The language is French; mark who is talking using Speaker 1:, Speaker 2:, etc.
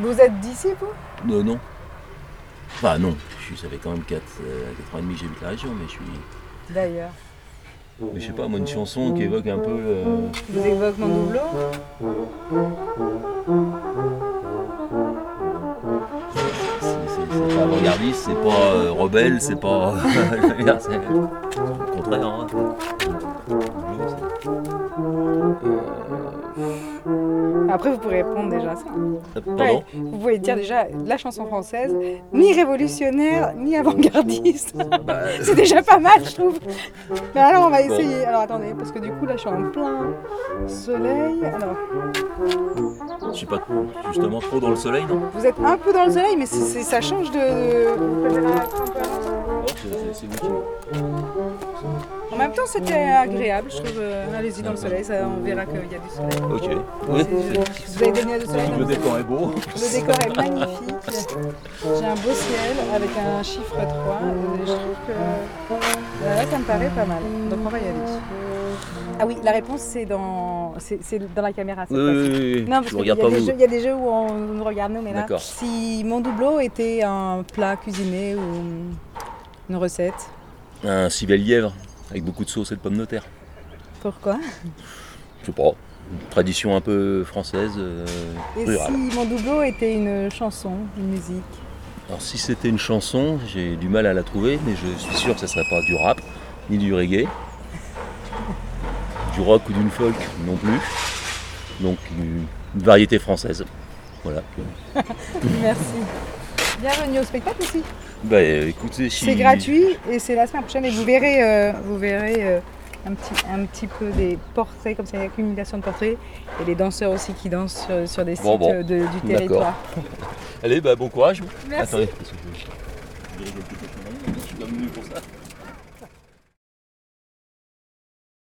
Speaker 1: Vous êtes d'ici, vous
Speaker 2: Euh, non. Enfin, non. Je savais quand même 4, euh, 4 ans et demi que j'habite la région, mais je suis.
Speaker 1: D'ailleurs.
Speaker 2: mais je sais pas, moi, une chanson qui évoque un peu. euh,
Speaker 1: Vous évoquez mon doubleau
Speaker 2: c'est- c'est c'est pas avant-gardiste, c'est pas euh, rebelle, c'est pas. je veux dire, c'est le contraire. hein.
Speaker 1: Après, vous pourrez répondre déjà à ça.
Speaker 2: Euh, Pardon
Speaker 1: Vous pouvez dire déjà la chanson française, ni révolutionnaire, ni avant-gardiste.
Speaker 2: Bah,
Speaker 1: C'est déjà pas mal, je trouve. Mais alors, on va essayer. Alors, attendez, parce que du coup, là, je suis en plein soleil. Alors,
Speaker 2: Je suis pas justement trop dans le soleil, non
Speaker 1: vous êtes un peu dans le soleil, mais c'est- c'est- ça change de.
Speaker 2: Oh, C'est vous qui.
Speaker 1: En même temps, c'était agréable, je trouve. euh, Allez-y dans le soleil, ça, on verra qu'il y a du soleil.
Speaker 2: Ok. Oui, c'est-
Speaker 1: C'est- Vous avez donné du soleil dans
Speaker 2: le décor est beau.
Speaker 1: Le décor est magnifique. J'ai un beau ciel avec un chiffre 3 et je trouve que là, ça me paraît pas mal. Donc on va y aller. Ah oui, la réponse c'est dans c'est c'est dans la caméra. cette
Speaker 2: Oui, oui,
Speaker 1: fois-ci.
Speaker 2: oui, oui.
Speaker 1: Non, parce
Speaker 2: je
Speaker 1: qu'il
Speaker 2: vous
Speaker 1: y, a
Speaker 2: regarde pas
Speaker 1: des
Speaker 2: vous.
Speaker 1: jeux- il y a des jeux où on nous regarde nous, mais là,
Speaker 2: D'accord.
Speaker 1: si mon doubleau était un plat cuisiné ou une recette,
Speaker 2: Un civet lièvre avec beaucoup de sauce et de pommes de terre.
Speaker 1: pourquoi
Speaker 2: Je sais pas. Une tradition un peu française, euh,
Speaker 1: Et
Speaker 2: rurale.
Speaker 1: si mon doubleau était une chanson, une musique
Speaker 2: Alors si c'était une chanson, j'ai du mal à la trouver, mais je suis sûr que ça serait pas du rap, ni du reggae, du rock ou d'une folk non plus. Donc une une variété française. Voilà.
Speaker 1: Merci. Bienvenue au spectacle aussi.
Speaker 2: Bah écoutez, si-
Speaker 1: C'est gratuit et c'est la semaine prochaine et vous verrez, euh, vous verrez euh, un, petit, un petit peu des portraits, comme ça, une accumulation de portraits et les danseurs aussi qui dansent sur, sur des sites
Speaker 2: Bon, bon.
Speaker 1: euh, de- du territoire.
Speaker 2: Allez, bah bon courage.
Speaker 1: Merci.
Speaker 2: Attendez. parce que je- je vais rigoler peut-être, mais non, Je suis pas venu pour ça.